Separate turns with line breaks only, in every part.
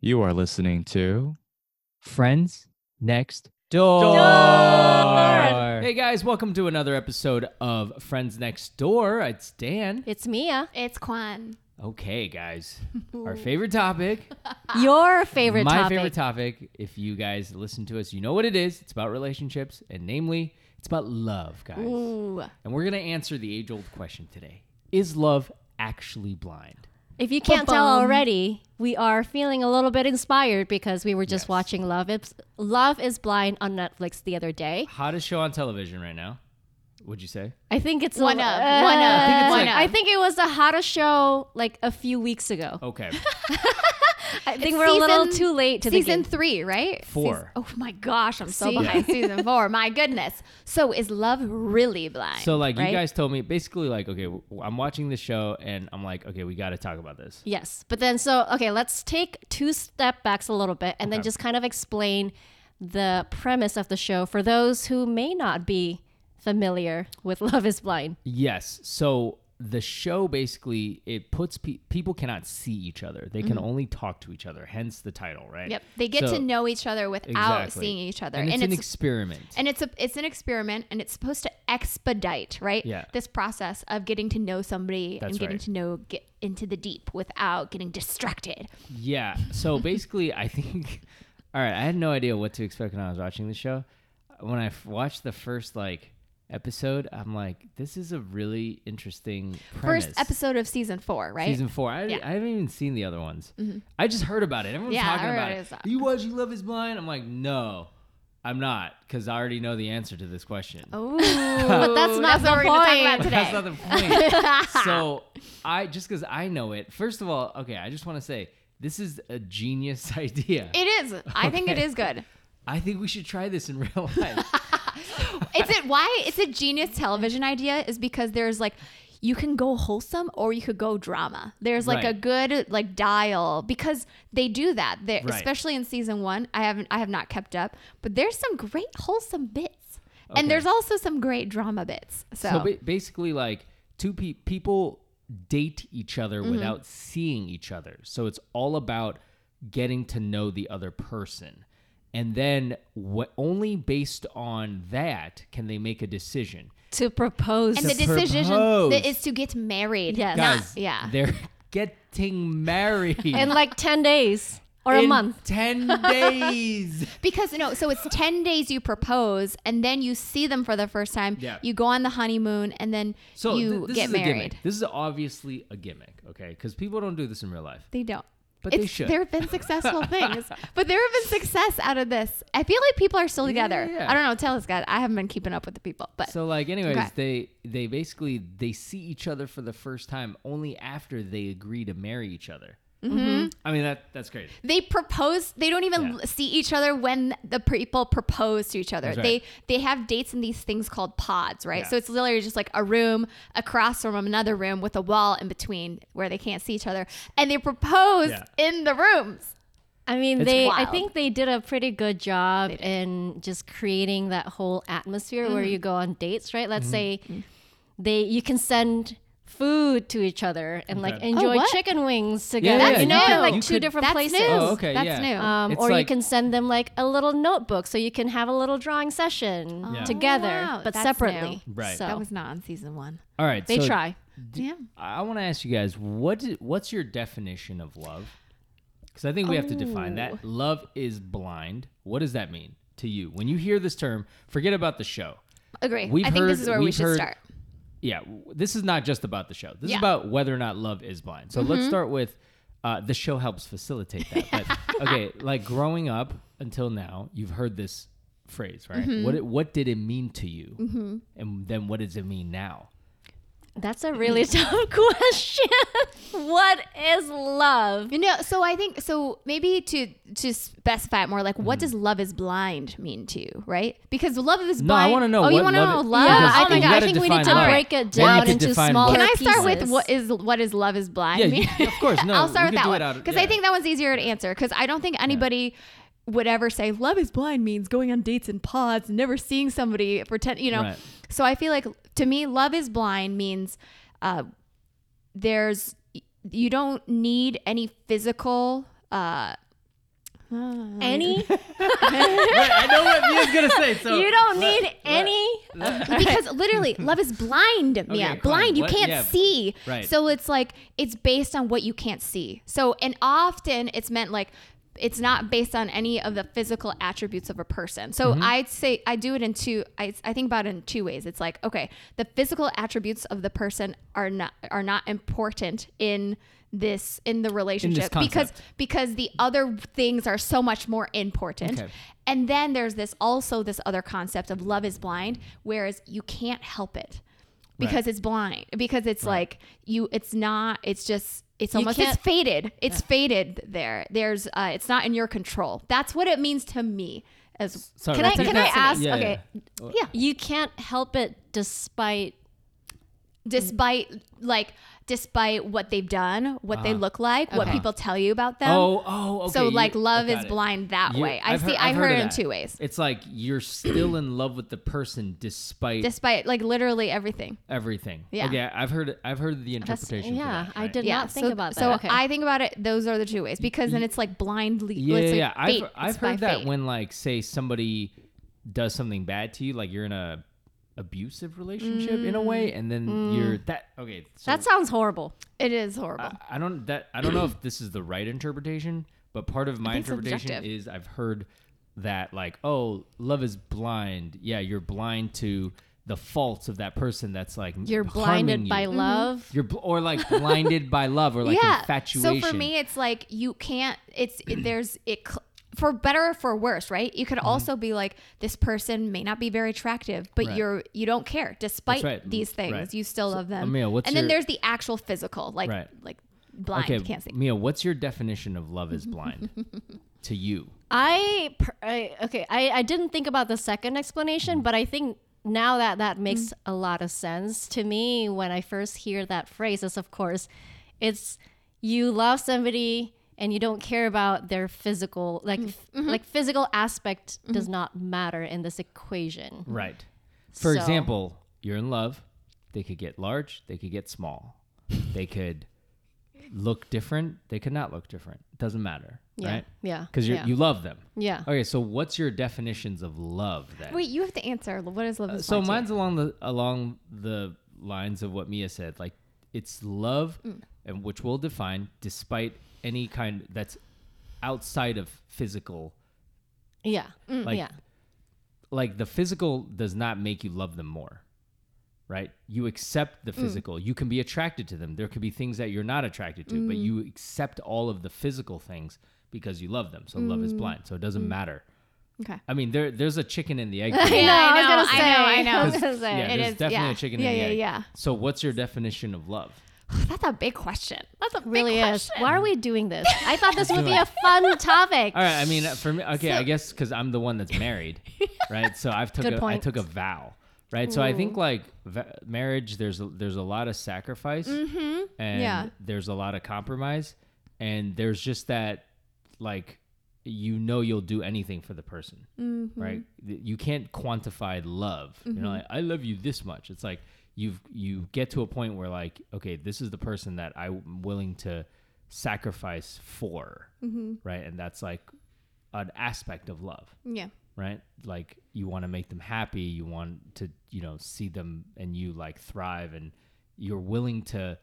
You are listening to Friends Next
Door.
Door.
Hey guys, welcome to another episode of Friends Next Door. It's Dan.
It's Mia.
It's Quan.
Okay, guys, our favorite topic,
Uh, Your favorite
my
topic.
favorite topic. If you guys listen to us, you know what it is. It's about relationships, and namely, it's about love, guys.
Ooh.
And we're gonna answer the age-old question today: Is love actually blind?
if you can't tell
Ba-bum.
already, we are feeling a little bit inspired because we were just
Yes.
watching Love is Love is Blind on Netflix the other day.
Hottest show on television right now. Would you say?
I think it's
One
a,
of, one of, I think it's
uh,
one of.
I think it was the hottest show like a few weeks ago.
Okay,
I think
It's
we're a little
season-
too late to the
season
game.
three, right?
Four.
Seas- oh my gosh, I'm so
See?
behind season four. My goodness. So is love really blind?
so like
right?
you guys told me, basically like, okay, w- I'm watching this show, and I'm like, okay, we got to talk about this.
Yes, but then so okay, let's take two step backs a little bit and then just kind of explain the premise of the show for those who may not be familiar with Love Is Blind.
Yes. So the show basically it puts pe- people cannot see each other. They can only talk to each other. Hence the title, right?
Mm-hmm. Yep. They get
So-
to know each other without
Exactly.
seeing each other.
and it's,
And
an
it's
experiment.
and it's a it's an experiment and it's supposed to expedite, right?
Yeah.
This process of getting to know somebody
That's
and getting
right.
to know get into the deep without getting distracted.
yeah. So basically, I think. All right, I had no idea what to expect when I was watching the show. When I f- watched the first like episode, I'm like, this is a really interesting premise.
First episode of season four, right?
Season four. I,
Yeah. Mm-hmm.
I haven't even seen the other ones. I just heard about it. Everyone's
Yeah,
talking about
everybody
it.
was talking.
You watching Love Is Blind? I'm like, no, I'm not, because I already know the answer to this question.
Ooh, but
that's not the
what we're gonna talk
point.
about
But
Oh, today.
that's not the point. so I just because I know it. First of all, okay, I just want to say this is a genius idea.
It is. I think it
Okay.
is good.
I think we should try this in real life.
Is it why it's a genius television idea? Is because there's like you can go wholesome or you could go drama. There's like a
Right.
good like dial because they do that. They,
Right.
Especially in season one, I haven't I have not kept up, but there's some great wholesome bits,
Okay.
and there's also some great drama bits. So,
So ba- basically, like two pe- people date each other
Mm-hmm.
without seeing each other. So it's all about getting to know the other person, and then what only based on that can they make a decision.
To propose
and the
to
decision
propose.
that is to get married.
Yes.
not-
Guys,
yeah.
they're getting married
in like 10 days or a
in
month.
ten days.
Because no, so it's ten days you propose, and then you see them for the first time.
Yeah.
You go on the honeymoon, and then
So th-
you
this is
get
a
married.
gimmick. This is obviously a gimmick, okay? Because people don't do this in real life.
They don't.
But they should.
There have been successful things, but there have been success out of this. I feel like people are still together.
Yeah, yeah.
I don't know. Tell us, God. I haven't been keeping up with the people, but
So like anyways,
Okay.
they they basically they see each other for the first time only after they agree to marry each other. Mm-hmm. I mean that that's crazy.
they propose. They don't even
Yeah.
l- see each other when the people propose to each other.
That's right.
They they have dates in these things called pods, right?
Yeah.
So it's literally just like a room across from another room with a wall in between where they can't see each other, and they propose
Yeah.
in the rooms.
I mean,
It's
they. I
wild.
think they did a pretty good job in just creating that whole atmosphere where you go on dates, right?
Mm.
Let's say they you can send food to each other and like
Okay.
enjoy
what?
chicken wings together.
yeah,
you
you
know,
could-
in like
you
two
could-
different
That's
places.
new.
Oh, okay,
That's
yeah.
new.
Um,
It's
or you
like-
can send them like a little notebook so you can have a little drawing session
Yeah.
together,
Oh, wow.
but
That's
separately.
new. Right.
So
That was not on season one.
All right,
they
so
try.
Yeah.
I want to ask you guys what do- what's your definition of love? Because I think we have to define that. Love is blind. What does that mean to you when you hear this term? Forget about the show.
Agree.
We've
I think
heard-
this is where we
we've
should
heard-
start.
yeah, w- this is not just about the show. This is
Yeah.
about whether or not love is blind. So let's start with uh, the show helps facilitate that. But, okay, like growing up until now, you've heard this phrase, right? What it, what did it mean to you, and then what does it mean now?
That's a really tough question. what is love?
You know, so I think so maybe to to specify it more like
Mm-hmm.
what does love is blind mean to you, right? Because love is
No, I
blind.
want to know.
Oh,
what
you want to know
love it-
love? Oh
because
Yeah, I
you
think- I
gotta
think we need
define
to
love.
break it
Well, you
down
could
into
define
smaller
love.
Can I start with
pieces.
what is what is love is blind?
Yeah,
mean?
you- of course. No,
I'll
we
start
could
with that
do it
one
out of-
because
yeah.
I think that one's easier to answer because I don't think anybody would ever say love is blind means going on dates in pods, never seeing somebody for ten, you know.
Right.
So I feel like to me, love is blind means uh, there's you don't need any physical uh,
Any
Wait, I know what Mia's gonna say. So
you don't
let-
need any
because literally love is blind yeah
fine.
blind you
What-
can't
yeah.
see
Right.
so it's like it's based on what you can't see so and often it's meant like it's not based on any of the physical attributes of a person so
Mm-hmm.
i'd say i do it in two I, I think about it in two ways it's like okay the physical attributes of the person are not are not important in this in the relationship because
concept.
because the other things are so much more important
Okay.
and then there's this also this other concept of love is blind, whereas you can't help it because it's blind because it's like you it's not it's just it's almost it's
can't-
faded it's faded there there's uh it's not in your control that's what it means to me as
Sorry,
Can I-
repeat
can
that
I
sentence.
ask-
Yeah,
okay.
yeah.
you can't help it despite
despite like despite what they've done what they look like what people tell you about them
Uh-huh. Oh, oh, okay.
so like
you- I
love is
got it.
blind that
You-
way i
I've
see
heard-
i
I've
heard,
of
it in
that.
two ways
It's like you're still in love with the person despite
despite like literally everything
everything.
Yeah.
Okay, I've heard I've heard the
That's-
interpretation. for
yeah,
that,
I
right?
did not think
so,
about that.
So
okay.
I think about it. Those are the two ways because then it's like blindly.
Yeah,
it's
yeah.
like
yeah.
fate.
I've
It's
I've
by
heard that
fate.
when like say somebody does something bad to you, like you're in a abusive relationship in a way,
Mm.
and then you're that okay. So
that sounds horrible.
it is horrible.
I, I don't that I don't know if this is the right interpretation, but part of my
think it's
interpretation
subjective.
is I've heard that like oh love is blind. Yeah, you're blind to the faults of that person. That's like
You're
harming
blinded
you.
by love.
You're bl- or like blinded by love or like infatuation.
So for me, it's like you can't. It's it, there's it. Cl- for better or for worse, right? You
Mm-hmm.
could also be like, this person may not be very attractive, but
Right.
you're you don't care. Despite
right.
these
Right.
things, you still love them.
Emil, what's
and then
your-
there's the actual physical, like
Right.
like blind,
okay,
can't see.
Mia, what's your definition of love is blind to you?
I, per- I okay. I, I didn't think about the second explanation, but I think now that that makes a lot of sense to me. When I first hear that phrase, is of course, it's you love somebody and you don't care about their physical like f- like physical aspect does not matter in this equation.
Right. For
So-
example, you're in love. They could get large. They could get small. they could look different. They could not look different. Doesn't matter,
Yeah.
right?
Yeah.
Because
yeah.
you love them.
yeah.
Okay, so what's your definitions of love then? Uh,
Wait, you have to answer. What is love? is
so
blind to you?
mine's along the along the lines of what Mia said. Like it's love, and which we'll define despite any kind that's outside of physical.
Yeah.
Like
yeah.
like the physical does not make you love them more right you accept
Mm.
the physical you can be attracted to them there could be things that you're not attracted to but you
Mm.
accept all of the physical things because you love them so love
Mm.
is blind so it doesn't matter
Okay.
i mean there there's a chicken and the egg
I
thing.
know, I was
I know,
gonna
I
say.
know, I know.
I was
'Cause,
gonna say.
yeah
It
there's
is,
definitely
yeah.
a chicken and
Yeah,
the
yeah,
egg
yeah.
so what's your definition of love
That's a big question. That's a big
really is.
question.
Why are we doing this? I thought this would be a fun topic.
all right i mean uh, for me okay i guess because i'm the one that's married right so i've took
Good
a, i
point.
took a vow right so i think like v- marriage there's a, there's a lot of sacrifice and
Yeah.
there's a lot of compromise and there's just that like you know you'll do anything for the person right Th- you can't quantify love you know like i love you this much it's like you've you get to a point where like okay this is the person that i'm willing to sacrifice for right and that's like an aspect of love
Yeah.
right like you want to make them happy you want to you know see them and you like thrive and you're willing to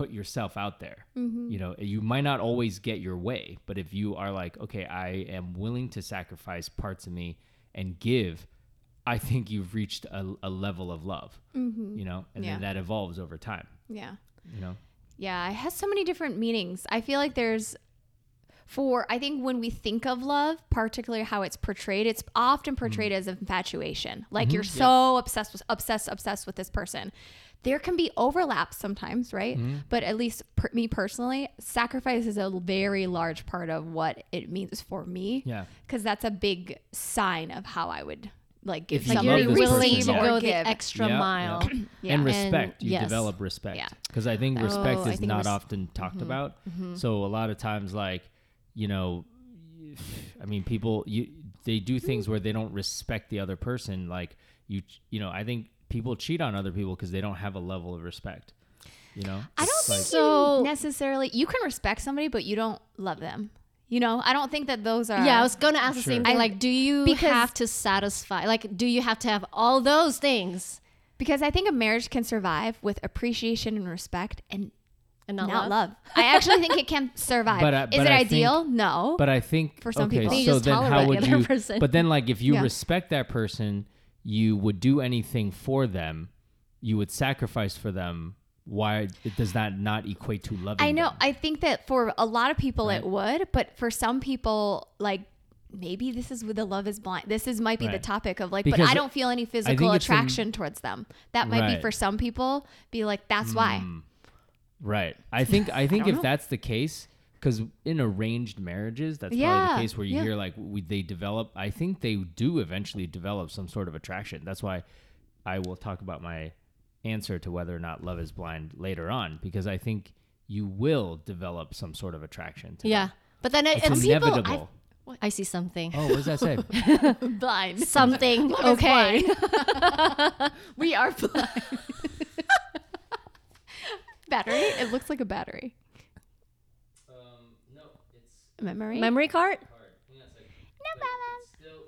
put yourself out there you know you might not always get your way but if you are like okay i am willing to sacrifice parts of me and give i think you've reached a, a level of love you know and then that evolves over time
Yeah.
you know
Yeah, it has so many different meanings. I feel like there's for I think when we think of love, particularly how it's portrayed, it's often
Mm-hmm.
portrayed as infatuation. Like you're so obsessed with obsessed obsessed with this person. There can be overlaps sometimes, right?
Mm-hmm.
But at least per, me personally, sacrifice is a very large part of what it means for me.
yeah
Cuz that's a big sign of how I would like give
If you
like
something
love
you're
this
receive
willing
person,
to
yeah.
or
go the
give.
extra
Yeah, yeah.
mile.
and
Yeah. And
respect you
yes.
develop respect
Yeah.
because i think respect
Oh,
is
I think
not
res-
often talked about so a lot of times like you know i mean people you they do things where they don't respect the other person like you you know i think people cheat on other people because they don't have a level of respect you know
I don't
Like-
think
So-
you necessarily you can respect somebody, but you don't love them. You know, I don't think that those are.
Yeah, I was gonna ask the same
Sure.
thing.
I-
like, do you
because-
have to satisfy? Like, do you have to have all those things
because I think a marriage can survive with appreciation and respect and
and
not,
not,
love. I actually think it can survive.
But I-
Is
but
it
I
ideal? no.
But I think
For some
okay,
people.
You
so
just
then how
tolerate
would
another
you?
person.
But then, like, if you
Yeah.
respect that person, you would do anything for them. You would sacrifice for them. Why does that not equate to loving?
I know.
them?
I think that for a lot of people
Right.
it would, but for some people, like maybe this is with the love is blind. This is might be the
Right.
topic of like, but
Because
I don't feel any physical
think it's an-
attraction towards them. That might be
Right. Hmm.
for some people. Be like, that's why.
Right. I think I think
don't
if
know.
that's the case, because in arranged marriages, that's probably
Yeah,
the case where you
yeah.
hear like we, they develop. I think they do eventually develop some sort of attraction. That's why I will talk about my answer to whether or not love is blind later on, because I think you will develop some sort of attraction. To
Yeah,
them.
but then it,
it's,
it's
inevitable.
people. I, I see something.
oh, what does that say?
Blind.
Something. okay.
we are blind. battery. It looks like a battery.
um, no, it's
Memory.
Memory card.
hard. Hang on a second.
But problem. it's
Still,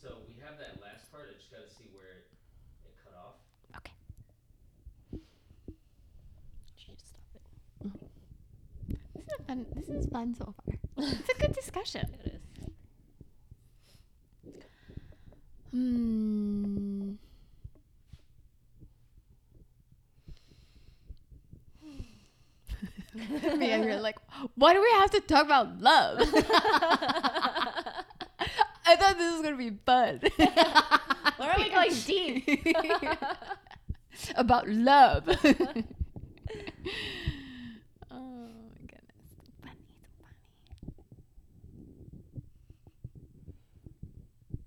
so we have that last part. I just gotta see where it, it cut off.
Okay. This is fun. This is fun so far. It's a good discussion. It is. Hmm. Me and you're like, why do we have to talk about love? I thought this was gonna be fun.
Where are we going deep?
about love. oh my goodness. Funny,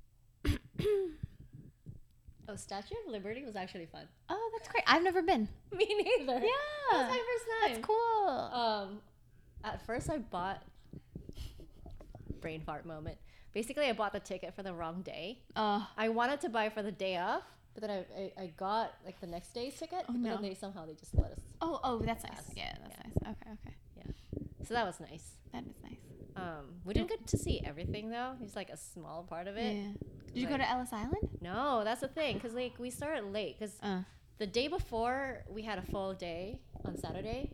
Oh, Statue of Liberty was actually fun.
Oh, that's great. I've never been.
Me neither. Yeah, that's my first time.
That's cool.
Um, at first I bought brain fart moment. Basically, I bought the ticket for the wrong day.
Uh,
I wanted to buy for the day off, but then I, I, I got like the next day's ticket. but
no.
then they somehow they just let us.
oh, oh, that's nice.
Yes.
Yeah, that's nice. Okay, okay.
So that was nice.
That is nice.
Um, we didn't get to see everything though. It's like a small part of it.
Did you go
like-
to Ellis Island?
No, that's the thing, cause like we started late, cause
Uh.
the day before we had a full day on Saturday,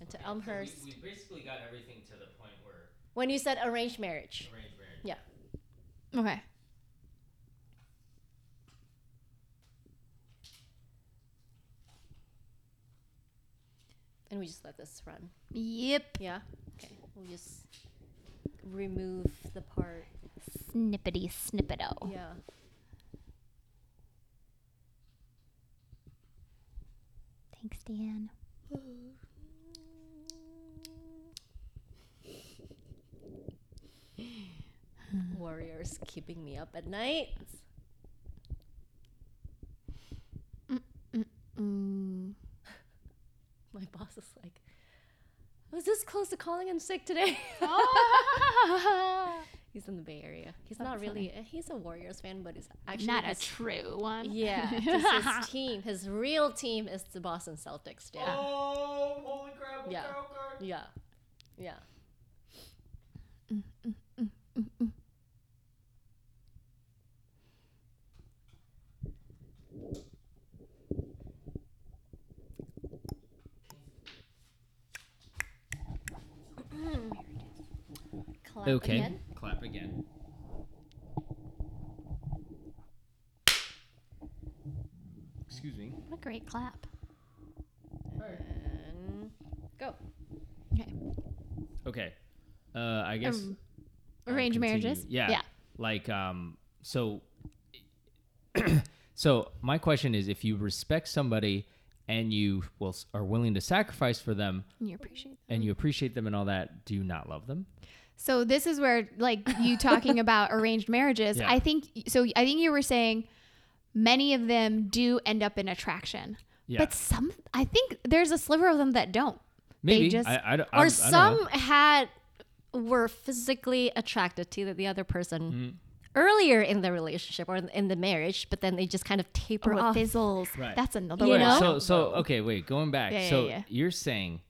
and to Elmhurst
We, we basically got everything to the point where
when you said arranged marriage.
arranged marriage.
Yeah.
Okay.
and we just let this run.
Yep.
Yeah. Okay. We'll just remove the part.
Snippety snippeto.
Yeah.
Thanks, Dan.
Warriors keeping me up at night.
Mm.
My boss is like, I was this close to calling in sick today. he's in the Bay Area. He's not
Oh. That's
really. He's a Warriors fan, but he's actually
Not a
his-
true one.
Yeah, 'cause his team, his real team is the Boston Celtics. Yeah.
Oh, holy crap!
Yeah. Yeah. Yeah. Clap
Okay.
again.
Clap again. Excuse me.
what a great clap.
And go.
Okay.
Okay. Uh, I guess
Um,
I'll
Arranged
continue.
marriages?
Yeah.
Yeah.
Like um. So. so my question is, if you respect somebody and you will are willing to sacrifice for them
You appreciate that.
and you
Mm-hmm.
appreciate them and all that, do you not love them?
So this is where like you talking about arranged marriages.
Yeah.
I think so I think you were saying many of them do end up in attraction.
Yeah.
But some I think there's a sliver of them that don't.
Maybe.
just-
I, I, don't- I,
or
I don't know.
some had were physically attracted to the, the other person
Mm.
earlier in the relationship or in- in the marriage, but then they just kind of taper
Or it
off.
fizzles.
Right.
That's another
You
one.
Wait,
know?
So so okay, wait, going back.
Yeah, yeah,
so
yeah.
you're saying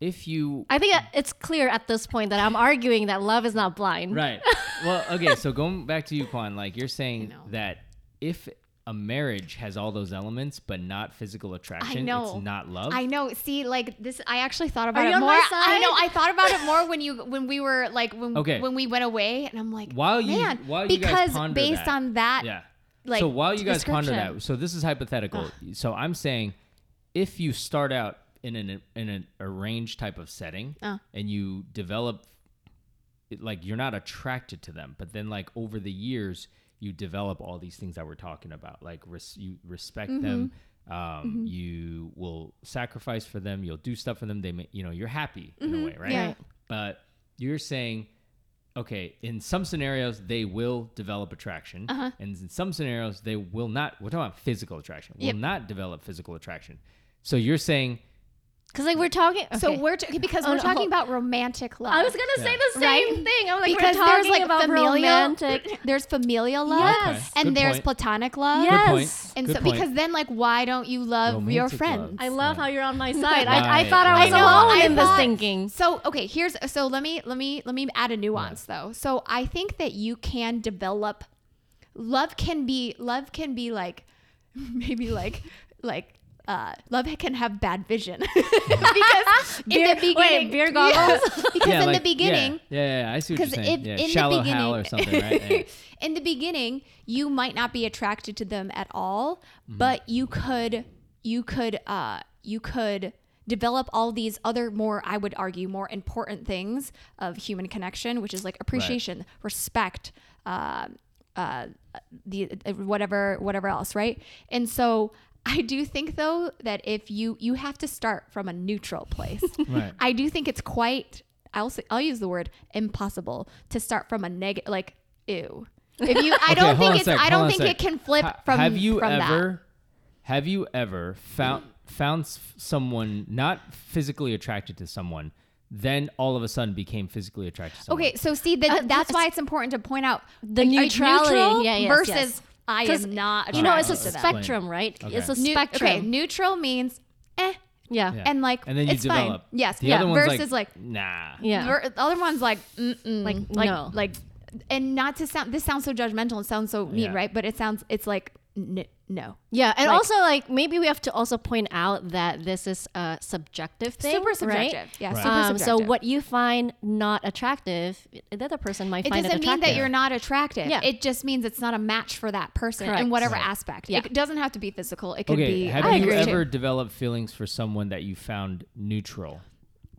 if you
I think it's clear at this point that I'm arguing that love is not blind.
Right. Well, okay. So going back to you, Kwan, like you're saying that if a marriage has all those elements but not physical attraction,
know.
it's not love.
I know. See, like this, I actually thought about
Are
it
you on
more.
my
I know. I
side?
thought about it more when you when we were like when
Okay.
when we went away, and I'm like,
While you-
man,
while you guys
because
ponder
based
that.
on that,
yeah.
like,
so while you guys ponder
description. Ah.
that, so this is hypothetical. So I'm saying, if you start out in an in an arranged type of setting
Uh.
and you develop, it- like you're not attracted to them, but then like over the years you develop all these things that we're talking about. Like res- you respect
Mm-hmm.
them, um, you will sacrifice for them, you'll do stuff for them. They may, you know, you're happy in a way, right?
Mm-hmm. yeah. Right.
But you're saying okay, in some scenarios they will develop attraction,
Uh-huh.
and in some scenarios they will not. We're talking about physical attraction. Will
Yep.
not develop physical attraction. So you're saying
Because like we're talking.
so
okay.
we're t- because
Oh,
we're
no.
talking about romantic love.
I was gonna say the
Right?
same thing. I'm like
because
we're talking
there's like
about
familial,
romantic.
there's familial love,
Yes. Okay.
and
Good
there's
point.
platonic love.
Yes.
good point.
And
good
so,
point.
because then, like, why don't you love
Romantic
your
love.
friends?
I love how you're on my side. I, I
Right,
thought I was
right. I know,
alone
I
in this
thought-
thinking.
So okay, here's so let me let me let me add a nuance though. So I think that you can develop love can be love can be like maybe like like uh love can have bad vision because in
Beer-
the
wait,
beginning
beer goggles?
because
Yeah,
in
like-
the beginning
yeah, yeah, yeah, I see what you're
because
saying.
if
yeah,
in the
shallow Hal or
beginning,
something, right? Yeah.
in the beginning, you might not be attracted to them at all, but you could, you could, uh, you could develop all these other more, I would argue, more important things of human connection, which is like appreciation, respect, uh, uh, the uh, whatever, whatever else, right? And so. I do think though that if you you have to start from a neutral place.
Right.
I do think it's quite. I'll say, I'll use the word impossible to start from a negative. Like ew. If you, I
Okay,
don't
hold
think
on a
it's.
sec,
I
hold on
don't
a
think
sec.
it can flip
Ha-
from.
Have you
from
ever?
That.
Have you ever found found s- someone not physically attracted to someone, then all of a sudden became physically attracted to someone?
Okay, so see that
Uh,
that's why it's important to point out
The
are you
neutrality.
neutral
Yeah, yes,
versus
yes.
I
'Cause,
am not.
You know,
Alright,
attracted
it's
let's
a
to them.
explain.
spectrum, right?
Okay.
It's a
Neu-
spectrum.
Okay, neutral means eh,
Yeah.
Yeah.
and like
and then you
it's
develop.
fine. Yes,
The
yeah.
other one's
versus like,
nah.
Yeah.
Ver- the other one's like, mm-mm.
Like,
like,
no.
like, and not to sound. This sounds so judgmental and sounds so mean,
Yeah.
right? But it sounds. It's like n- no.
Yeah, and
Like-
also like maybe we have to also point out that this is a subjective thing.
Super
right?
subjective. Yeah, Right. super
Um, so
subjective.
what you find not attractive, the other person might
It
find
doesn't
it
mean
attractive.
that you're not attractive.
Yeah.
It just means it's not a match for that person in
Correct.
whatever aspect.
Yeah.
It doesn't have to be physical. It could
Okay,
be.
have
I
you
agree.
ever developed feelings for someone that you found neutral?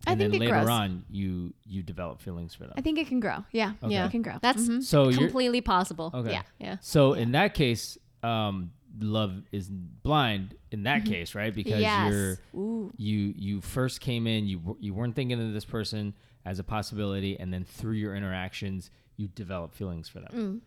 I
and
think
then
it
later
grows.
on you you develop feelings for them.
I think it can grow. Yeah.
Yeah.
It can grow. Mm-hmm.
That's
so you're
completely possible.
okay.
Yeah. Yeah.
So in that case, um, love is blind in that case, right? Because
Mm-hmm. Yes.
you're you you first came in, you w- you weren't thinking of this person as a possibility, and then through your interactions, you develop feelings for
Mm.
them,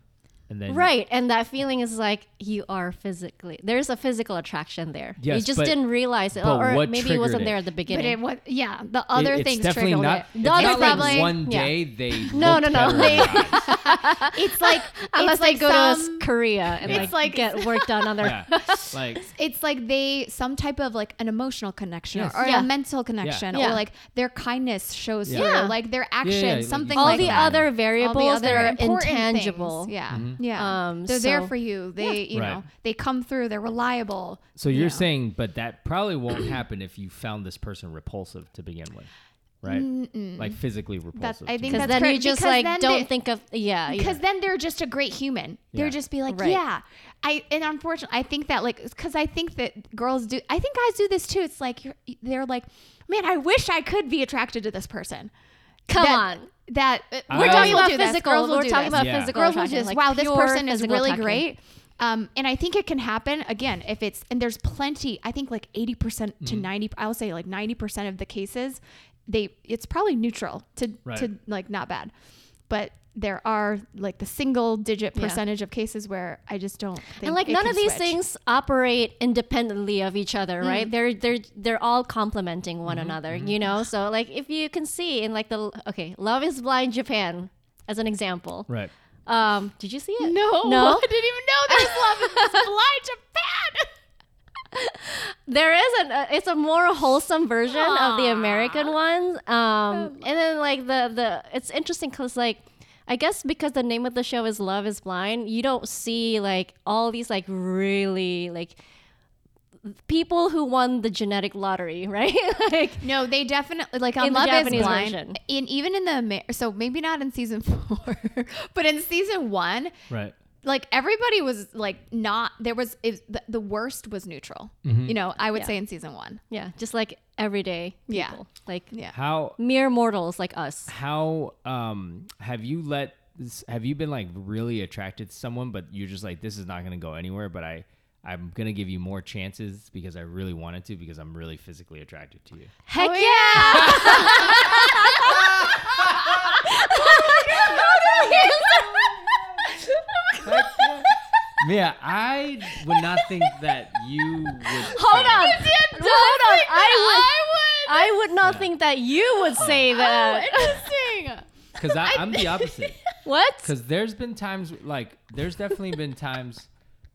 and then
Right, and that feeling is like you are physically there's a physical attraction there.
Yes,
you just
but-
didn't realize it,
but
or
what
maybe it
triggered
wasn't
it?
there at the
But
beginning.
it was. Yeah. The
it-
other
it's
things
definitely
triggered
not.
it.
It's
The other
not like
things-
one
yeah.
day they
No,
looked
no, no.
better in their eyes.
It's like
Unless
it's like
they go to
some-
S- Korea and
It's
like,
like-
get work done on their
yeah, like
it's like they some type of like an emotional connection
Yes.
or
Yeah.
a mental connection
Yeah.
or like their kindness shows
Yeah.
through,
Yeah.
like their
yeah,
action,
yeah, like
something
you
all
like
the
that.
other variables that are
important things.
intangible.
Yeah, yeah.
Um,
They're there
so-
for you. They, you
Mm-hmm. Right.
know, they come through. They're reliable.
So you're
know.
saying, but that probably won't happen if you found this person repulsive to begin with, right? Like physically repulsive. to
I think
begin
Because
That's
with.
then you
correct,
just
because
like
then
don't
they-
think of yeah. yeah.
Because then they're just a great human.
Yeah.
They're just be like,
Right.
yeah. I and unfortunately, I think that like because I think that girls do. I think guys do this too. It's like you're, they're like, man, I wish I could be attracted to this person.
Come
that,
on.
That uh,
We're
girls
talking
will
about
do this.
physical-
Girls will
we're
do
talking
this.
about
Yeah.
physical
girls will
attraction,
just
like
wow, this
pure
person is
physical
really
attraction.
great. Um, and I think it can happen again if it's and there's plenty. I think like eighty percent to
Mm-hmm.
ninety. I will say like ninety percent of the cases, they it's probably neutral to
Right.
to like not bad, but there are like the single digit
Yeah.
percentage of cases where I just don't. Think
and like
it
none
can
of these
switch.
things operate independently of each other right they're they're they're all complementing
Mm-hmm.
one another you know so like if you can see in like the okay love is blind japan as an example
right.
um did you see it
No,
no
I didn't even know there was love in this blind Japan.
there is an uh, it's a more wholesome version of the American ones. Um, and then like the the it's interesting because like I guess because the name of the show is Love Is Blind, you don't see like all these like really like people who won the genetic lottery, right? like
No, they definitely like on
In the
Love
Japanese
Is Blind,
version.
in even in the Amer- so maybe not in season four, but in season one,
Right.
like everybody was like not there was it, the, the worst was neutral.
Mm-hmm.
You know, I would say in season one.
yeah, just like everyday people,
Yeah.
like
Yeah.
How
mere mortals like us.
Oh, how um have you let have you been like really attracted to someone but you're just like this is not going to go anywhere but I I'm going to give you more chances because I really wanted to because I'm really physically attracted to you.
Heck yeah!
Mia, I would not think that you would
Hold on. Hold on. I would. I would not think that you would
Oh,
say that.
Interesting.
cuz I'm the opposite.
what?
Because there's been times, like, there's definitely been times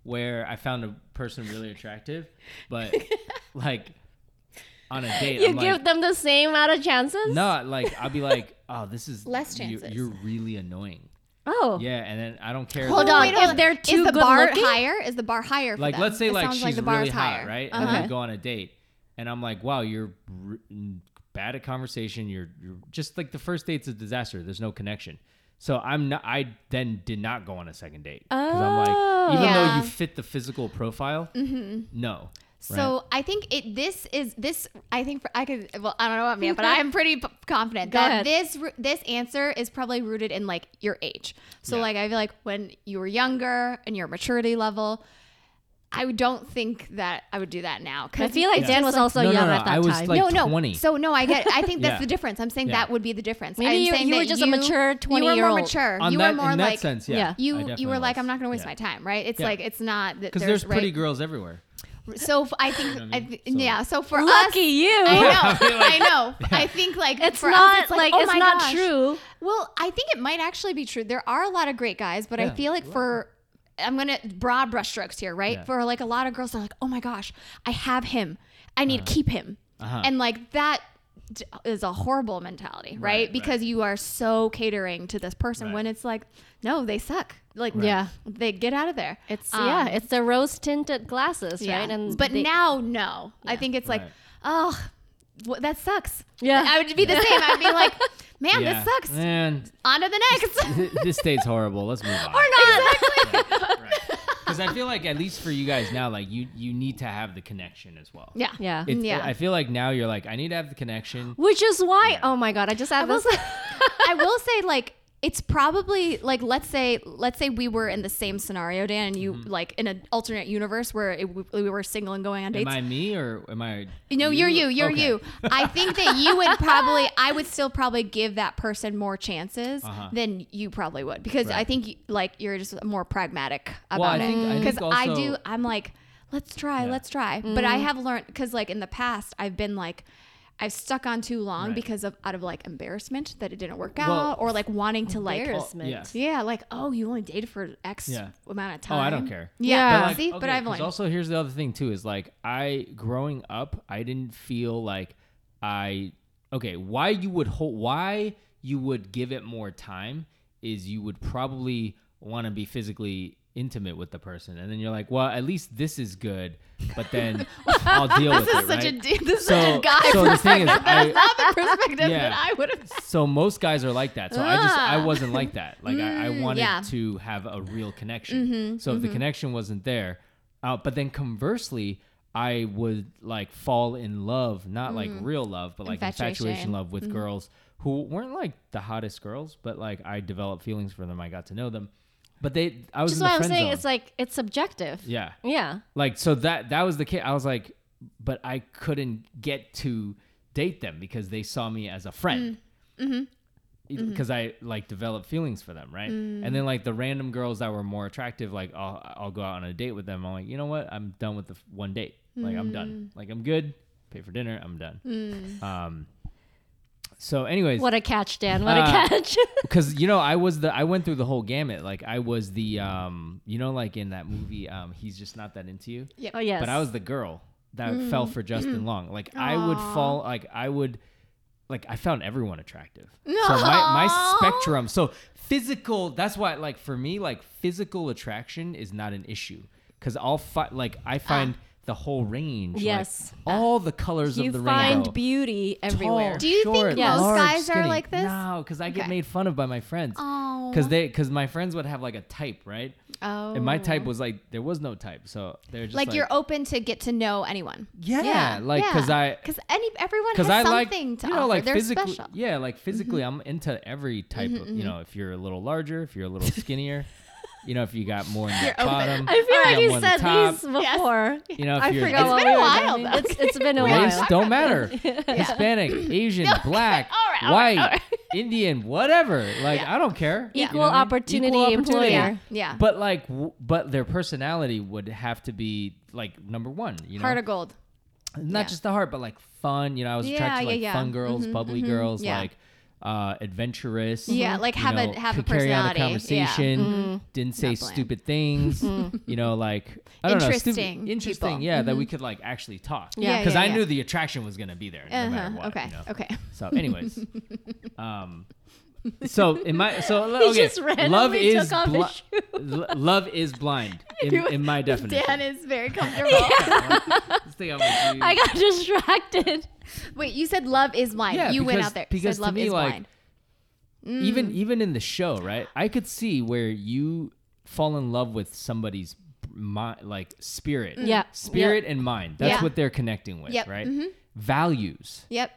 where I found a person really attractive, but like on a date,
You
I'm
give
like,
them the same amount of chances?
no, like I'll be like, oh, this is
Less
you-
chances.
You're, really annoying.
Oh.
Yeah, and then I don't care.
Hold
that-
on.
Oh, Wait, hold
if
on.
they're
is
too
the
good
bar
looking,
higher? Is the bar higher? For
Like,
them?
let's say
It
like
sounds
she's
the bar
really
is
hot,
higher.
right?
Uh-huh.
And we go on a date, and I'm like, wow, you're r- mm, bad at conversation. You're you're just like the first date's a disaster. There's no connection. So I'm not. I then did not go on a second date because I'm
Oh.
like, even
Yeah. Mm-hmm.
though you fit the physical profile, no.
So I think it. This is this. I think for, I could. Well, I don't know about me, but I'm pretty p- confident
Go
that
ahead.
this ru- this answer is probably rooted in like your age. So
Yeah.
like I feel like when you were younger and your maturity level, I don't think that I would do that now.
I
Because
feel like Dan was also
No, no,
young
no,
at that
I was
time.
like-
no, no.
20.
So no, I get. I think that's
Yeah.
the difference. I'm saying
Yeah.
that would be the difference.
Maybe
I'm
you-
saying
you were
that
just a mature
You were
20-year-old.
more mature.
On
you
that,
were more
in
like
that sense, yeah.
yeah. I
you you were like I'm not going to waste my time, right? It's
Yeah.
like it's not that
because there's,
right-
pretty girls everywhere.
So f- I think, I
mean?
th-
So-
yeah. So for
Lucky
us,
you.
I know,
I mean, like-
I know. I think like
It's
for us,
not like,
oh
it's
my
not
gosh.
true.
Well, I think it might actually be true. There are a lot of great guys, but I
Yeah,
feel like for I'm gonna broad brushstrokes here, right?
Yeah.
For like a lot of girls, they're like, oh my gosh, I have him. I need to keep him,
Uh-huh.
and like that d- is a horrible mentality, right?
Right, right.
Because you are so catering to this person
Right.
when it's like, no, they suck. Like,
Yeah.
they get out of there.
It's
Um,
yeah, it's the rose tinted glasses, right?
and but
they-
now, no. I think it's like,
Right.
oh, wh- that sucks.
Yeah.
I would be the same. I'd be like, man,
yeah.
this sucks.
Man,
On to the next.
this date's horrible. Let's move on.
or not.
Because I feel like at least for you guys now, like you you need to have the connection as well.
Yeah.
yeah.
It's,
Yeah.
I feel like now you're like I need to have the connection.
Which is why oh my god, I just had
will
this
I will say like it's probably like let's say let's say we were in the same scenario, Dan, and you
Mm-hmm.
like in an alternate universe where it, we were single and going on dates.
Am I me or am I?
No, you're you. You're
Okay.
you. I think that you would probably, I would still probably give that person more chances
Uh-huh.
than you probably would because I
Right.
think you- like you're just more pragmatic about
Well, I think- I
it.
think
Because I,
also-
do, I'm like, let's try,
Yeah.
let's try. But I have learned because like in the past, I've been like, I've stuck on too long
Right.
because of out of like embarrassment that it didn't work
Well-
out or like wanting to like.
embarrassment.
yeah.
Yeah, like oh, you only dated for X
Yeah.
amount of
Oh,
time.
I don't care.
Yeah,
Yeah.
like,
see, but
okay,
I've
'cause
learned.
Also, here's the other thing too: is like I growing up, I didn't feel like I okay. Why you would hold? Why you would give it more time is you would probably want to be physically intimate with the person, and then you're like, well, at least this is good. But then I'll deal with
this
it.
is such a
right?
deep, this is such
so,
a guy
so the thing is, I,
not the perspective
Yeah.
that I would have.
so most guys are like that. So I just I
Ah.
wasn't like that. Like I, I
Mm,
wanted
yeah.
to have a real connection.
Mm-hmm,
so if the connection wasn't there, uh, but then conversely, I would like fall in love, not like
Mm.
real love, but like infatuation,
Infatuation.
love
Mm-hmm.
with girls who weren't like the hottest girls, but like I developed feelings for them. I got to know them, but they I was
Which
in
is
the
why I'm
friend
saying
zone.
it's like it's subjective.
yeah,
Yeah.
like so that that was the case. I was like, but I couldn't get to date them because they saw me as a friend. Because I like developed feelings for them, right? And then like the random girls that were more attractive, like I'll I'll go out on a date with them. I'm like, you know what? I'm done with the f- one date. Like I'm done. Like I'm good. Pay for dinner. I'm done. Um, So, anyways,
What a catch, Dan. What a
Uh,
catch.
because you know i was the i went through the whole gamut like i was the um you know like in that movie um he's just not that into you
oh, yes. Mm-hmm.
but i was the girl that fell for justin long like i would fall like i would like i found everyone attractive so my, my
Aw.
spectrum so physical that's why like for me like physical attraction is not an issue because i'll find like i find the whole range like,
Ah. Yes.
all the colors
you
of the
find
rainbow
beauty
tall,
everywhere.
Do you think
short,
most
large,
guys are
skinny.
like this?
No, because I get
Okay.
made fun of by my friends.
Oh.
Because they, because my friends would have like a type, right?
Oh.
And my type was like there was no type, so they're just
like, you're open to get to know anyone.
yeah, like because I.
because any everyone has
Because I like,
something to
you know,
offer.
like
They're
physically,
special.
yeah, like physically, I'm into every type of, you know, if you're a little larger, if you're a little skinnier, you know, if you got more in the
open.
bottom,
I feel like
you got
you
more in the
said
top,
these before.
you know, if
I
you're
forgot.
It's
what
been a
we were
while,
doing.
though.
It's, it's been a
race
while.
don't matter. Hispanic, Asian, black,
all right,
white,
all right.
Indian, whatever. Like I don't care. You know
Equal
what I mean?
opportunity employer.
Yeah.
But like, w- but their personality would have to be like number one. You know,
Heart of gold.
not
yeah.
just the heart, but like fun. You know, I was attracted to
Yeah,
like
yeah, yeah.
fun girls, bubbly girls,
yeah.
like uh adventurous.
Yeah, like
you
have a-
know,
have a
could carry on
personality. Yeah. Mm-hmm.
conversation. Didn't say
Not bland.
stupid things. you know, like I don't know,
Interesting
stupid, interesting.
people. Mm-hmm.
Yeah, that we could like actually talk.
Yeah,
because
yeah,
I
yeah. Uh-huh,
knew the attraction was gonna be there no matter what.
okay.
you know?
Okay.
So, anyways, um, so in my so
He
okay,
just randomly
love is
took off his
bli-
shoe.
L- love is blind in, in my definition.
Dan is very comfortable.
This thing I'm like,
I got distracted.
Wait, you said love is blind.
yeah,
you
because,
went out there.
because
said love
to me
is
like
blind. Mm.
even even in the show, right? I could see where you fall in love with somebody's mind, like spirit,
Yeah.
spirit and mind. That's
Mm. Yeah.
what they're connecting with,
Yep, Mm-hmm.
right? Values.
Yep.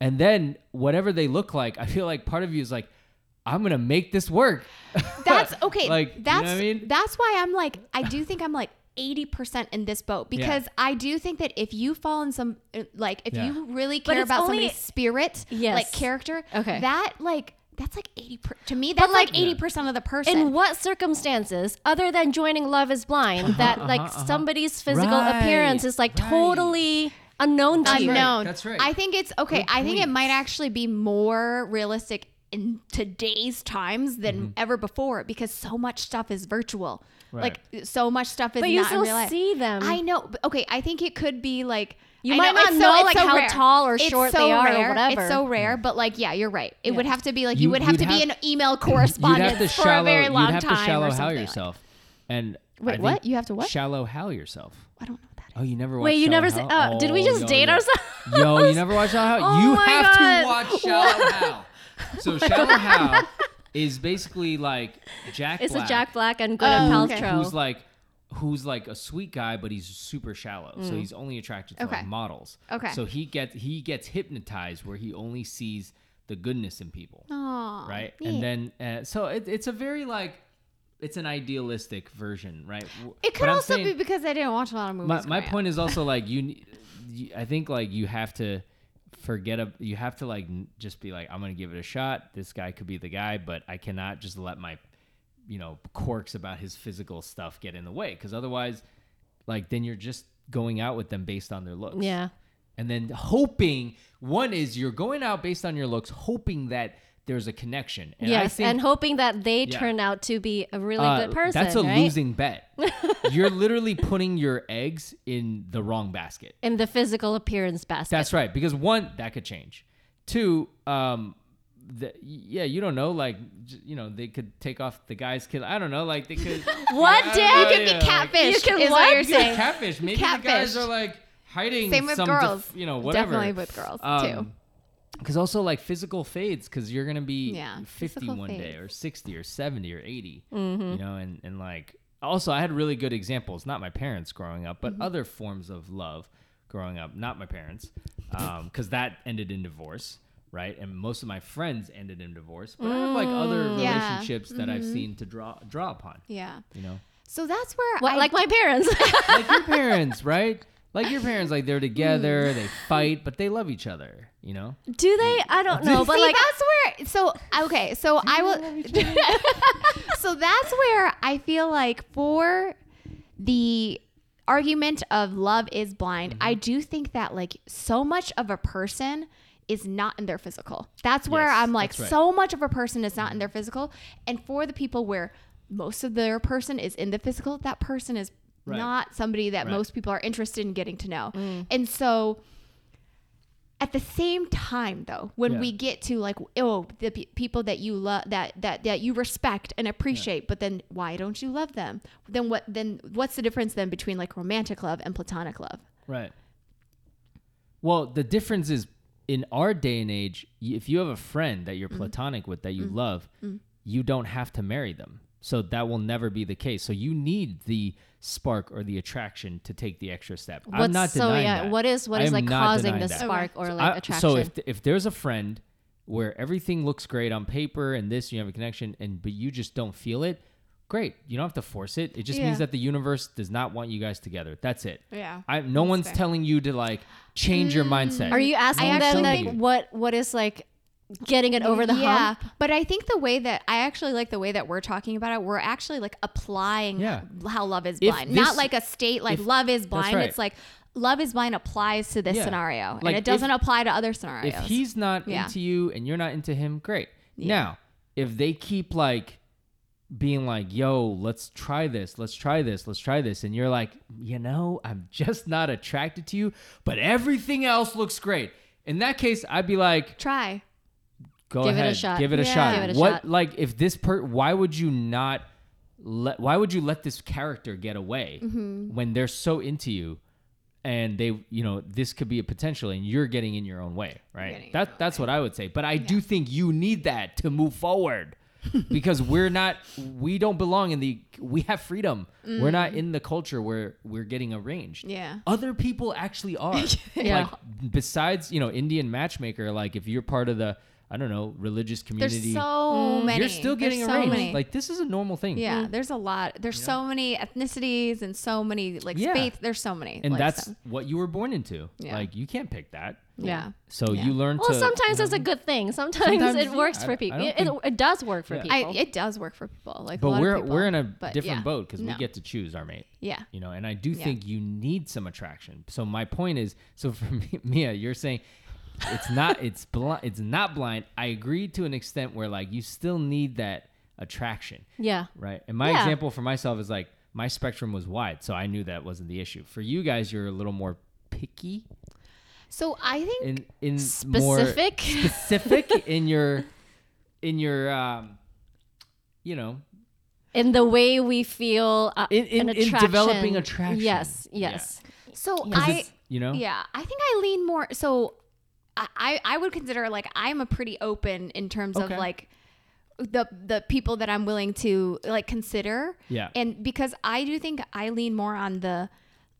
And then whatever they look like, I feel like part of you is like, I'm gonna make this work.
That's okay.
Like, you know
that's
what I mean?
that's why I'm like I do think I'm like 80% in this boat because I do think that if you fall in some uh, like if
Yeah.
you really
But
care
it's
about
only-
somebody's spirit,
Yes.
like character,
Okay.
that like that's like 80 per- to me that's like
like-
80% of the person.
In what circumstances, other than joining Love is Blind, that like somebody's physical
Uh-huh, Right,
appearance is like
right.
totally unknown to you?
unknown.
that's right.
I think it's okay. I think it might actually be more realistic in today's times than
Mm-hmm.
ever before because so much stuff is virtual.
Right.
Like so much stuff is
But
not
you
in
still
real life.
see them.
I know. but- Okay, I think it could be like
Um, You
I
might not
it's
know,
it's
like, how tall or
It's
short
so
they are or
rare.
whatever.
It's so rare, but like yeah, you're right. It would have to be like you,
You-
would have
you'd
to be
have-
an email
you'd
correspondent
have to
for
shallow,
a very long
you'd have
time.
to
or
shallow how
something like-
yourself. And
Wait,
I think
what? You have to what?
Shallow how yourself.
I don't know what that is.
Oh, you never watched
Wait, you never
Shallow
said.
Hal?
Oh,
uh,
did we just
yo,
date
yo.
ourselves?
Yo, you never watched Shallow How?
Oh
you
my
have
God.
to watch Shallow How. So Shallow How is basically like Jack
It's
Black,
a Jack Black and Gwyneth
Oh, okay.
Paltrow.
who's like who's like a sweet guy, but he's super shallow. So he's only attracted to
Mm. Okay.
like models.
Okay.
So he gets he gets hypnotized where he only sees the goodness in people
Aw,
right
neat.
and then uh, so it, it's a very like it's an idealistic version right W-
it could
but I'm
also
saying-
be because I didn't watch a lot of movies.
my, my
growing up.
point is also like you, ne- you i think like you have to forget a, you have to like n- just be like i'm gonna give it a shot this guy could be the guy but i cannot just let my you know quirks about his physical stuff get in the way because otherwise like then you're just going out with them based on their looks
yeah.
and then hoping one is you're going out based on your looks hoping that there's a connection and I
yes,
think
and hoping that they
Yeah.
turn out to be a really
uh,
good person.
that's a
right?
losing bet you're literally putting your eggs in the wrong basket
In the physical appearance basket.
that's right because one that could change two um the, yeah you don't know like j- you know they could take off the guy's kid i don't know like they could I
What,
don't
Dan?
know,
You
could be
yeah, like-
catfish.
You can what?
is what you're
Yeah,
saying.
catfish maybe the
Catfish.
guys are like hiding
Same with
some
girls.
def- you know whatever
Definitely with girls too.
because also like physical fades because you're gonna be
Yeah,
50
physical
one day
fades. Mm-hmm.
or 60 or 70 or 80 you know and, and like also i had really good examples not my parents growing up
Mm-hmm.
but other forms of love growing up not my parents because that ended in divorce right and most of my friends ended in divorce but i have like other
Mm. Yeah. Mm-hmm.
relationships that i've seen to draw draw upon
Yeah.
you know
So that's where
What,
I
like my parents.
like your parents right like your parents like they're together they fight but they love each other you know
Do they? I don't know. But
See,
like,
that's where. So okay. So I will. so that's where I feel like for the
Mm-hmm.
argument of love is blind. I do think that like so much of a person is not in their physical. That's where
Yes,
I'm like,
that's right.
so much of a person is not in their physical. And for the people where most of their person is in the physical, that person is
Right.
not somebody that
Right. Mm.
most people are interested in getting to know. And so at the same time though when
Yeah.
we get to like oh the pe- people that you love that that that you respect and appreciate but then why don't you love them then what then what's the difference then between like romantic love and platonic love
Right. Well, the difference is in our day and age, y- if you have a friend that you're
Mm-hmm.
platonic with that you love, you don't have to marry them. So that will never be the case. So you need the spark or the attraction to take the extra step. I'm not
so
denying
yeah,
that.
what is what
I
is
am
like
not
causing
denying
the
that.
spark or
I-
like attraction?
So if if there's a friend where everything looks great on paper and this you have a connection and but you just don't feel it, great. You don't have to force it. It just
Yeah.
means that the universe does not want you guys together. That's it.
Yeah,
I no one's
fair.
telling you to like change your mindset.
Are you asking them
actually
like
think-
what what is like getting it over the
yeah,
hump?
but I think the way that I actually like the way that we're talking about it, we're actually like applying
Yeah.
how love is
If
blind,
this-
not like a state like
if-
love is
that's
blind.
right.
It's like love is blind applies to this
Yeah.
scenario,
Like,
and
if-
it doesn't apply to other scenarios.
If he's not
Yeah.
into you and you're not into him, great. Now, if they keep like being like, "Yo, let's try this. Let's try this. Let's try this." And you're like, "You know, I'm just not attracted to you, but everything else looks great." In that case, I'd be like,
Try.
go
Give it a
ahead,
shot.
give it a
Yeah.
shot.
Give it a
what
shot.
like if this per why would you not let why would you let this character get away
Mm-hmm.
when they're so into you and they you know this could be a potential and you're getting in your own way, right? That that's what I would say. But I do think you need that to move forward. because we're not we don't belong in the we have freedom. We're
Mm.
not in the culture where we're getting arranged
Yeah.
other people actually are.
Yeah.
Like besides, you know, Indian matchmaker, like if you're part of the I don't know, religious community,
There's so many.
you're still
There's
getting
so
arranged.
many.
Like this is a normal thing.
yeah, there's a lot. There's so many ethnicities and so many like
Yeah.
faith. There's so many.
And
like,
that's
so-
what you were born into.
Yeah.
Like you can't pick that.
yeah.
So you learn to
Well, sometimes it's a good thing. Sometimes,
Sometimes,
it
yeah,
works
I- I
for people.
don't
It,
think-
it does work for
Yeah.
people.
I, it does work for people. Like, a
but
lot
we're
of people.
we're in a
But,
different
yeah.
boat because we
No.
get to choose our mate.
Yeah.
you know and i do think you need some attraction so my point is so for me, mia you're saying it's not it's blind it's not blind i agree to an extent where like you still need that attraction
yeah.
right and my
Yeah.
example for myself is like my spectrum was wide so i knew that wasn't the issue for you guys you're a little more picky
So I think
in in more
Specific.
specific in your in your um you know
in the way we feel uh,
In- in-
an
in
attraction.
developing attraction.
Yes,
Yeah.
yes.
so.
'cause
I
it's- you know
Yeah, I think I lean more. So, I I, I would consider like I'm a pretty open in terms
Okay.
of like the the people that I'm willing to like consider.
Yeah.
and because I do think I lean more on the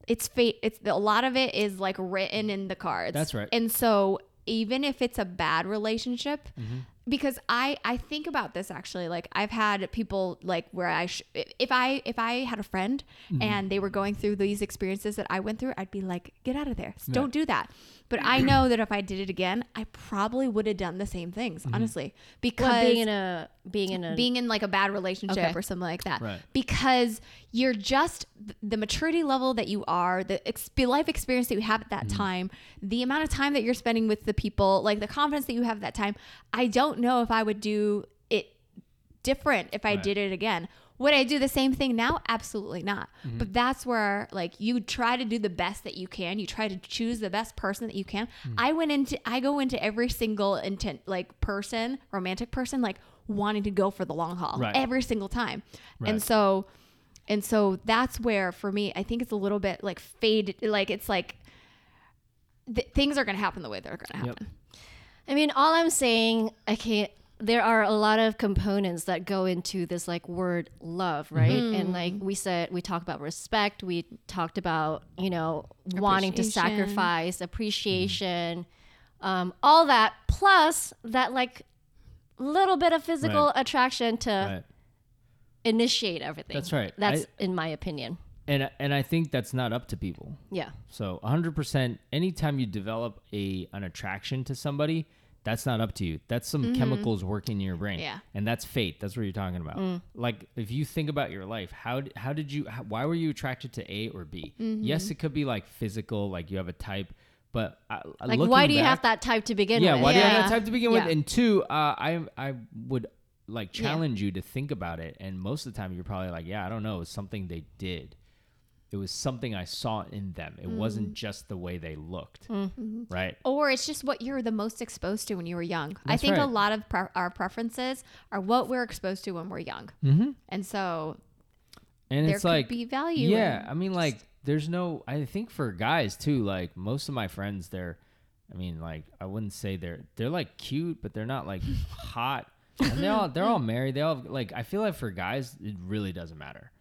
it's fate. It's a lot of it is like written in the cards.
That's right.
And so even if it's a bad relationship.
Mm-hmm.
Because I I think about this actually like I've had people like where I sh- if I if I had a friend
Mm-hmm.
and they were going through these experiences that I went through I'd be like get out of there don't do that but I know that if I did it again I probably would have done the same things
Mm-hmm.
honestly because
But being in a being in a
being in like a bad relationship
Okay.
or something like that
Right.
because you're just the maturity level that you are the ex- life experience that you have at that time the amount of time that you're spending with the people like the confidence that you have at that time i don't know if i would do it different if i
Right.
did it again would i do the same thing now absolutely not
Mm-hmm.
but that's where like you try to do the best that you can you try to choose the best person that you can
Mm.
i went into i go into every single intent like person romantic person like wanting to go for the long haul
Right.
every single time
Right.
and so and so that's where for me i think it's a little bit like faded like it's like th- things are going to happen the way they're going to happen
I mean, all I'm saying, I can't. There are a lot of components that go into this like word love, right?
Mm-hmm.
And like we said, we talked about respect. We talked about you know wanting to
Appreciation.
sacrifice, appreciation,
Mm-hmm.
um, all that. Plus that like little bit of physical
Right.
attraction to
right
initiate everything.
That's right.
That's
I-
in my opinion.
and and i think that's not up to people
Yeah.
So 100% anytime you develop a an attraction to somebody, that's not up to you. That's
Mm-hmm.
some chemicals working in your brain.
Yeah.
And that's fate. That's what you're talking about.
Mm.
Like if you think about your life, how d-
Mm-hmm.
how did you how, why were you attracted to A or B? Yes, it could be like physical, like you have a type, But I, I-
Like,
looking
why do you
back-
have that type to begin
yeah,
with?
why do you
Yeah.
have that type to begin
Yeah.
with? And two, uh, I I would like
Yeah.
challenge you to think about it. And most of the time, you're probably like, yeah, I don't know, it's something they did. It was something I saw in them. It
Mm.
wasn't just the way they looked,
Mm-hmm.
right?
or it's just what you're the most exposed to when you were young. I
That's
think a
right.
lot of pre- our preferences are what we're exposed to when we're young, and so
Mm-hmm. And
there
it's
could
like
be value.
Yeah,
in-
I mean, like, there's no. I think for guys too, like most of my friends, they're. I mean, like, I wouldn't say they're they're like cute, but they're not like hot. And they all they're all married. They all like. I feel like for guys, it really doesn't matter.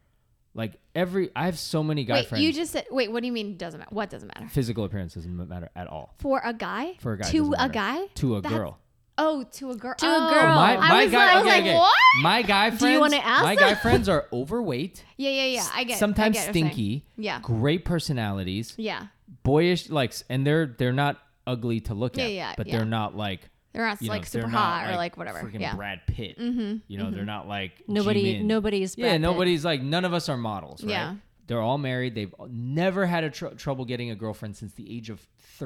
Like every, I have so many guy
wait,
friends.
you just said wait. What do you mean? Doesn't matter. What doesn't matter
physical appearance doesn't matter at all
for a guy?
for a guy. it
to
doesn't
a
matter.
guy
to a
That's-
girl.
Oh, to a girl.
To a
oh.
girl.
My,
I
my
was
guy,
like- I was
okay,
like,
okay.
"What?"
My guy friends.
Do you wanna ask
My guy
them?
friends are overweight.
Yeah, yeah, yeah. I get.
sometimes
I get what you're saying.
stinky.
Yeah.
Great personalities.
Yeah,
boyish like s- and they're they're not ugly to look
Yeah,
at
yeah,
but
yeah.
they're not like
they're not
you know,
like super
they're
hot
not,
or like whatever.
freaking
Yeah. Mm-hmm,
Brad Pitt you know they're not like
Nobody,
Jimin.
nobody's.
yeah
Brad Pitt.
nobody's like none of us are models right
Yeah.
they're all married they've never had a tr- trouble getting a girlfriend since the age of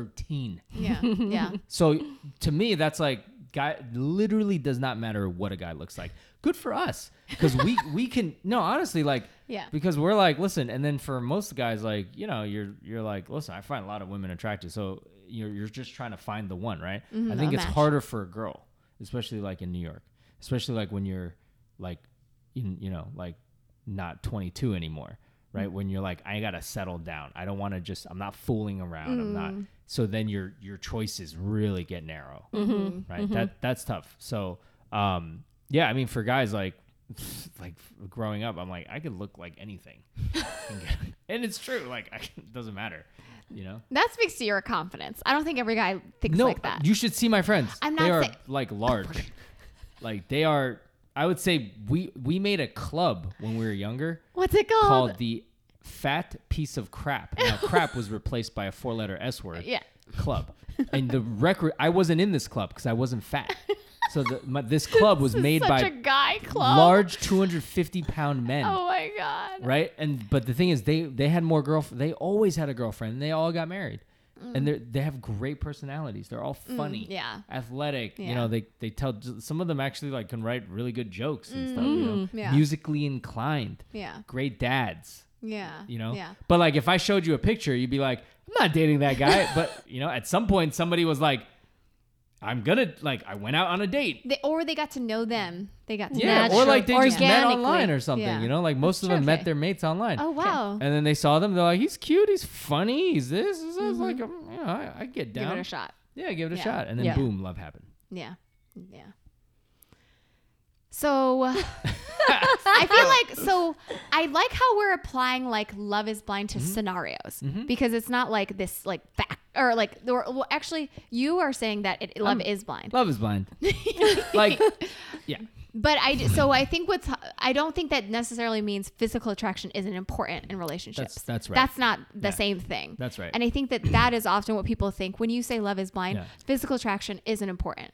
13
Yeah, yeah.
so to me that's like guy literally does not matter what a guy looks like good for us because we we can no honestly like
Yeah.
because we're like listen and then for most guys like you know you're you're like listen i find a lot of women attractive so you're, you're just trying to find the one right i think
a
it's
match.
harder for a girl especially like in new york especially like when you're like in, you know like not 22 anymore right when you're like i gotta settle down i don't want to just i'm not fooling around i'm not so then your your choices really get narrow right that that's tough so um yeah i mean for guys like like growing up i'm like i could look like anything and it's true like I, it doesn't matter you know
That speaks to your confidence. I don't think every guy thinks
no
like that.
you should see my friends
I'm
they
not
are
say-
like large like they are i would say we we made a club when we were younger
What's it called?
called the fat piece of crap. Now, crap was replaced by a four letter S word.
Yeah.
Club. And the record, I wasn't in this club because I wasn't fat. So the, my, this club was made
Such
by
a guy club.
large 250 pound men.
Oh my god.
Right. And, but the thing is, they, they had more girl, they always had a girlfriend. and They all got married. And they they have great personalities. They're all funny,
Mm. yeah.
athletic.
Yeah.
You know, they they tell some of them actually like can write really good jokes and stuff. You know,
Mm-hmm. Yeah.
musically inclined,
Yeah.
great dads
Yeah.
you know
Yeah.
but like if i showed you a picture you'd be like i'm not dating that guy but you know at some point somebody was like i'm gonna like i went out on a date
They, or they got to know them. They got to
yeah
know
or
Natural-
like they just met
organically.
online or something
Yeah.
you know like most of them
true,
met
okay.
their mates online
Oh wow.
and then they saw them they're like he's cute he's funny he's this he's this. like um, you know, I, I get
Mm-hmm. Give
down
it a shot.
yeah give it a
Yeah.
shot and then
Yeah.
boom love happened
Yeah. Yeah. So I feel like so I like how we're applying like love is blind
Mm-hmm.
to scenarios because it's not like this like back or like or, well actually you are saying that it, love is blind.
love is blind like yeah
But I d- so I think what's I don't think that necessarily means physical attraction isn't important in relationships.
That's- that's right.
That's not the
Yeah.
same thing.
That's right.
And I think that that is often what people think when you say love is blind.
Yeah.
Physical attraction isn't important.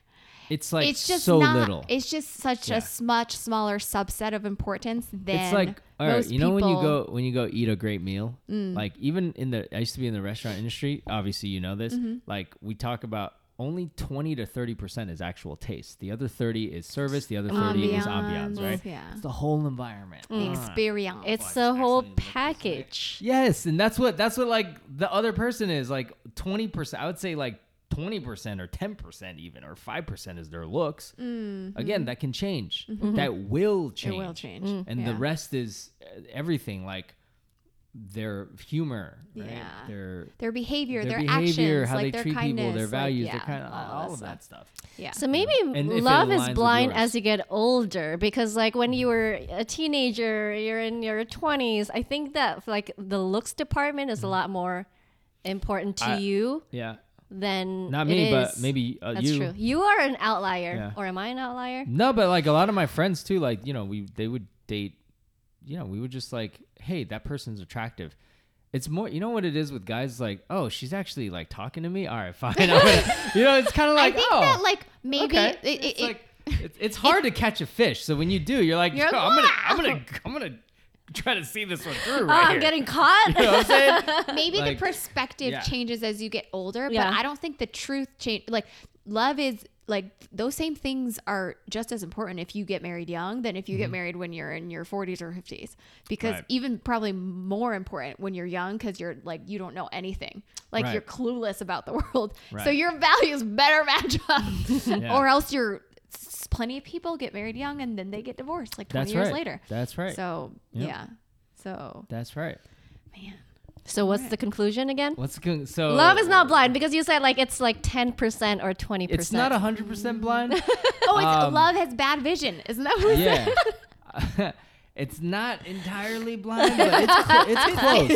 it's like
it's just
so
not.
little
It's just such
Yeah.
a s- much smaller subset of importance than
it's like all right
most
you know when you
people- Mm.
go when you go eat a great meal like even in the i used to be in the restaurant industry obviously you know this
Mm-hmm.
like we talk about only 20 to 30 percent is actual taste the other 30 is service the other 30 is ambiance
Ambiance,
right
yeah. Mm.
it's the whole environment
the
Ah.
experience.
It's
Well, I
the
just
whole
accidentally looked this way.
package.
yes and that's what that's what like the other person is like 20 percent i would say like 20% or 10% even or 5% is their looks again that can change that will
Mm-hmm. it
change
will change.
and the
Yeah.
rest is uh, everything like their humor right?
Yeah.
their
their behavior,
their,
their,
behavior
actions,
how
like
they
their
treat
kindness,
people their
like,
values
yeah,
their kind of all,
that
of
stuff.
that stuff
Yeah.
So maybe
And if it
love
aligns
is
with
blind
yours.
as you get older because like when you were a teenager, you're in your 20s, I think that like the looks department is a lot more important to
Mm. I-
you
yeah
than
not
it
me but
is-
maybe uh,
That's
you
true. You are an outlier
Yeah.
or am I an outlier?
no but like a lot of my friends too like you know we they would date you know we would just like hey that person's attractive it's more you know what it is with guys like oh she's actually like talking to me all right fine I'm gonna- you know it's kind of
I
like
think
oh
that like maybe
okay.
it, it,
it's
it-
like it's, it's hard to catch a fish. So when you do, you're like,
You're
"Oh,
like, Ah,
I'm gonna, I'm gonna, I'm gonna trying to see this one through
Oh,
right
I'm
here.
getting caught.
you know what I'm saying?
Maybe
Like,
the perspective
yeah.
changes as you get older,
Yeah.
but I don't think the truth change. Like love is like those same things are just as important if you get married young than if you get married when you're in your 40s or 50s because
Mm-hmm. Right.
even probably more important when you're young cuz you're like you don't know anything like
Right.
you're clueless about the world so
Right.
your values better match up
Yeah.
or else you're s- plenty of people get married young and then they get divorced like 20
That's
years
right.
later
That's right.
so
Yep.
yeah so
That's right.
man
So what's the conclusion again?
What's going so
Love is not blind because you said like it's like ten percent or twenty percent.
It's not hundred percent blind.
Oh, it's
Um,
love has bad vision. Isn't that what yeah.
yeah. it's not entirely blind, but it's, cl- it's close.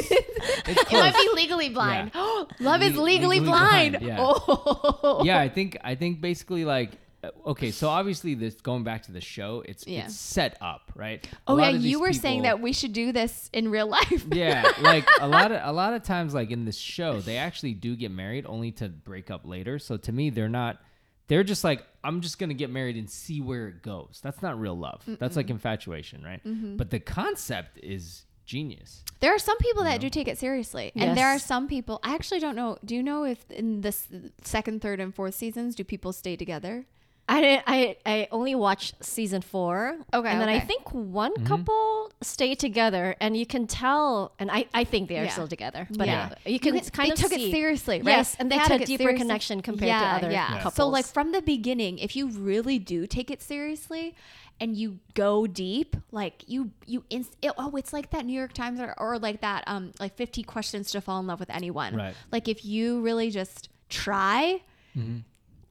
It's
It
close.
might be legally blind. love is
Le- legally
legally, blind.
blind, yeah.
Oh.
yeah, I think I think basically like uh, okay, so obviously this going back to the show, it's
Yeah.
it's set up, right? A
Oh yeah,
lot of these
you were saying
people-
that we should do this in real life.
yeah, like a lot of a lot of times, like in this show, they actually do get married only to break up later. So to me, they're not. They're just like, I'm just gonna get married and see where it goes. That's not real love. That's like infatuation, right?
Mm-hmm.
But the concept is genius.
There are some people that do take it seriously, and there are
Yes.
some people. I actually don't know. Do you know if in the s- second, third, and fourth seasons do people stay together?
I didn't- I I only watched season four.
Okay,
And then I
okay.
think one couple stayed together, and you can tell. And I I think they are
Yeah.
still together, but
Yeah.
uh, you can kind
they
of
took
see.
it seriously, right?
Yes, and they
had
had a deeper connection compared to other couples.
So like from the beginning, if you really do take it seriously and you go deep, like you you inst- it, oh, it's like that New York Times or, or like that um like 50 questions to fall in love with anyone.
Right.
Like if you really just try
Mm-hmm.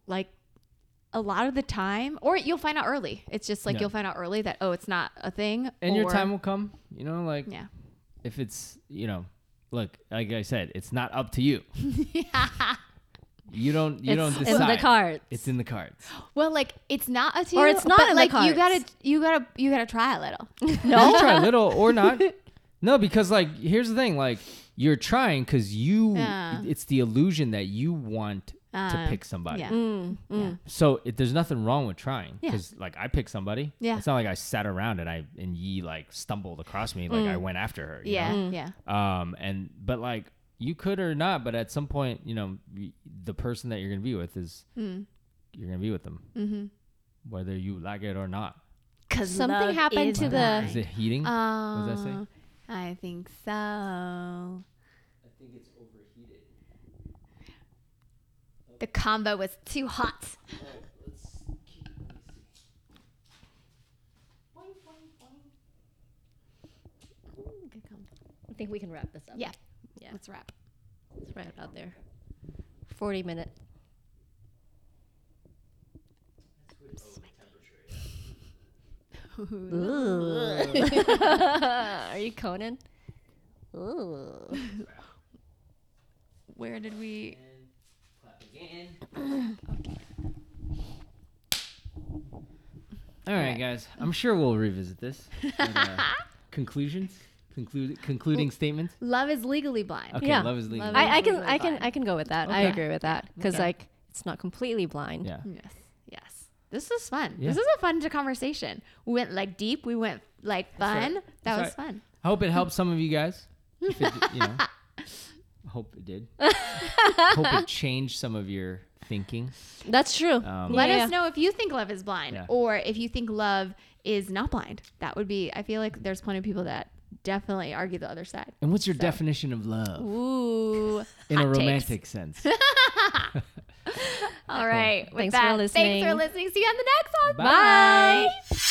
like a lot of the time or you'll find out early. It's just like
Yeah.
you'll find out early that oh, it's not a thing
And your
or-
time will come. You know, like
Yeah.
if it's you know, look, like I said, it's not up to you. You don't. You don't
it's
decide.
in the cards.
It's in the cards.
Well, like it's not a two,
Or it's not
but,
in the
like you
cards.
gotta you gotta you gotta try a little.
No, try little or not. No, because like here's the thing, like you're trying because you,
Yeah.
it's the illusion that you want to
Uh,
pick somebody.
yeah.
Mm, mm.
So it, there's nothing wrong with trying
Yeah.
because like I picked somebody.
Yeah.
It's not like I sat around and I and ye like stumbled across me like I went after her. you
Yeah,
know?
yeah.
Mm.
Um. And but like you could or not, but at some point, you know, y- the person that you're gonna be with is
Hmm.
you're gonna be with them, mm-hmm. whether you like it or not.
Cause
Something happened to the.
Is it heating?
Uh,
does that
Um,
say?
I think so.
I think it's overheated.
The combo was too hot.
I think we can wrap this up.
Yeah.
Yeah.
Let's wrap.
Let's wrap it out there. Forty minute. Are you Conan? Ooh.
Where did we?
All right, guys. I'm sure we'll revisit this. But, uh, conclusions, conclude, concluding statements.
Love is legally blind.
Okay,
yeah.
love is legal.
Love
I, I can
Really
I can
fine.
I can go with that. I
Okay.
agree with that because
Okay.
like it's not completely blind.
yeah,
Yes. Yes. This is fun.
Yeah.
This is a fun conversation. We went like deep. We went like fun. That
That's
was fun.
I hope it helps some of you guys. If it, you know, I hope it did. hope it changed some of your thinking.
That's true.
Um,
Let
Yeah.
us know if you think love is blind
Yeah.
or if you think love is not blind. That would be. I feel like there's plenty of people that definitely argue the other side.
And what's your definition of love
Ooh.
in a
hot takes.
romantic sense?
All right. With
Thanks for
that,
listening.
Thanks for listening. See you on the next one.
Bye.
Bye.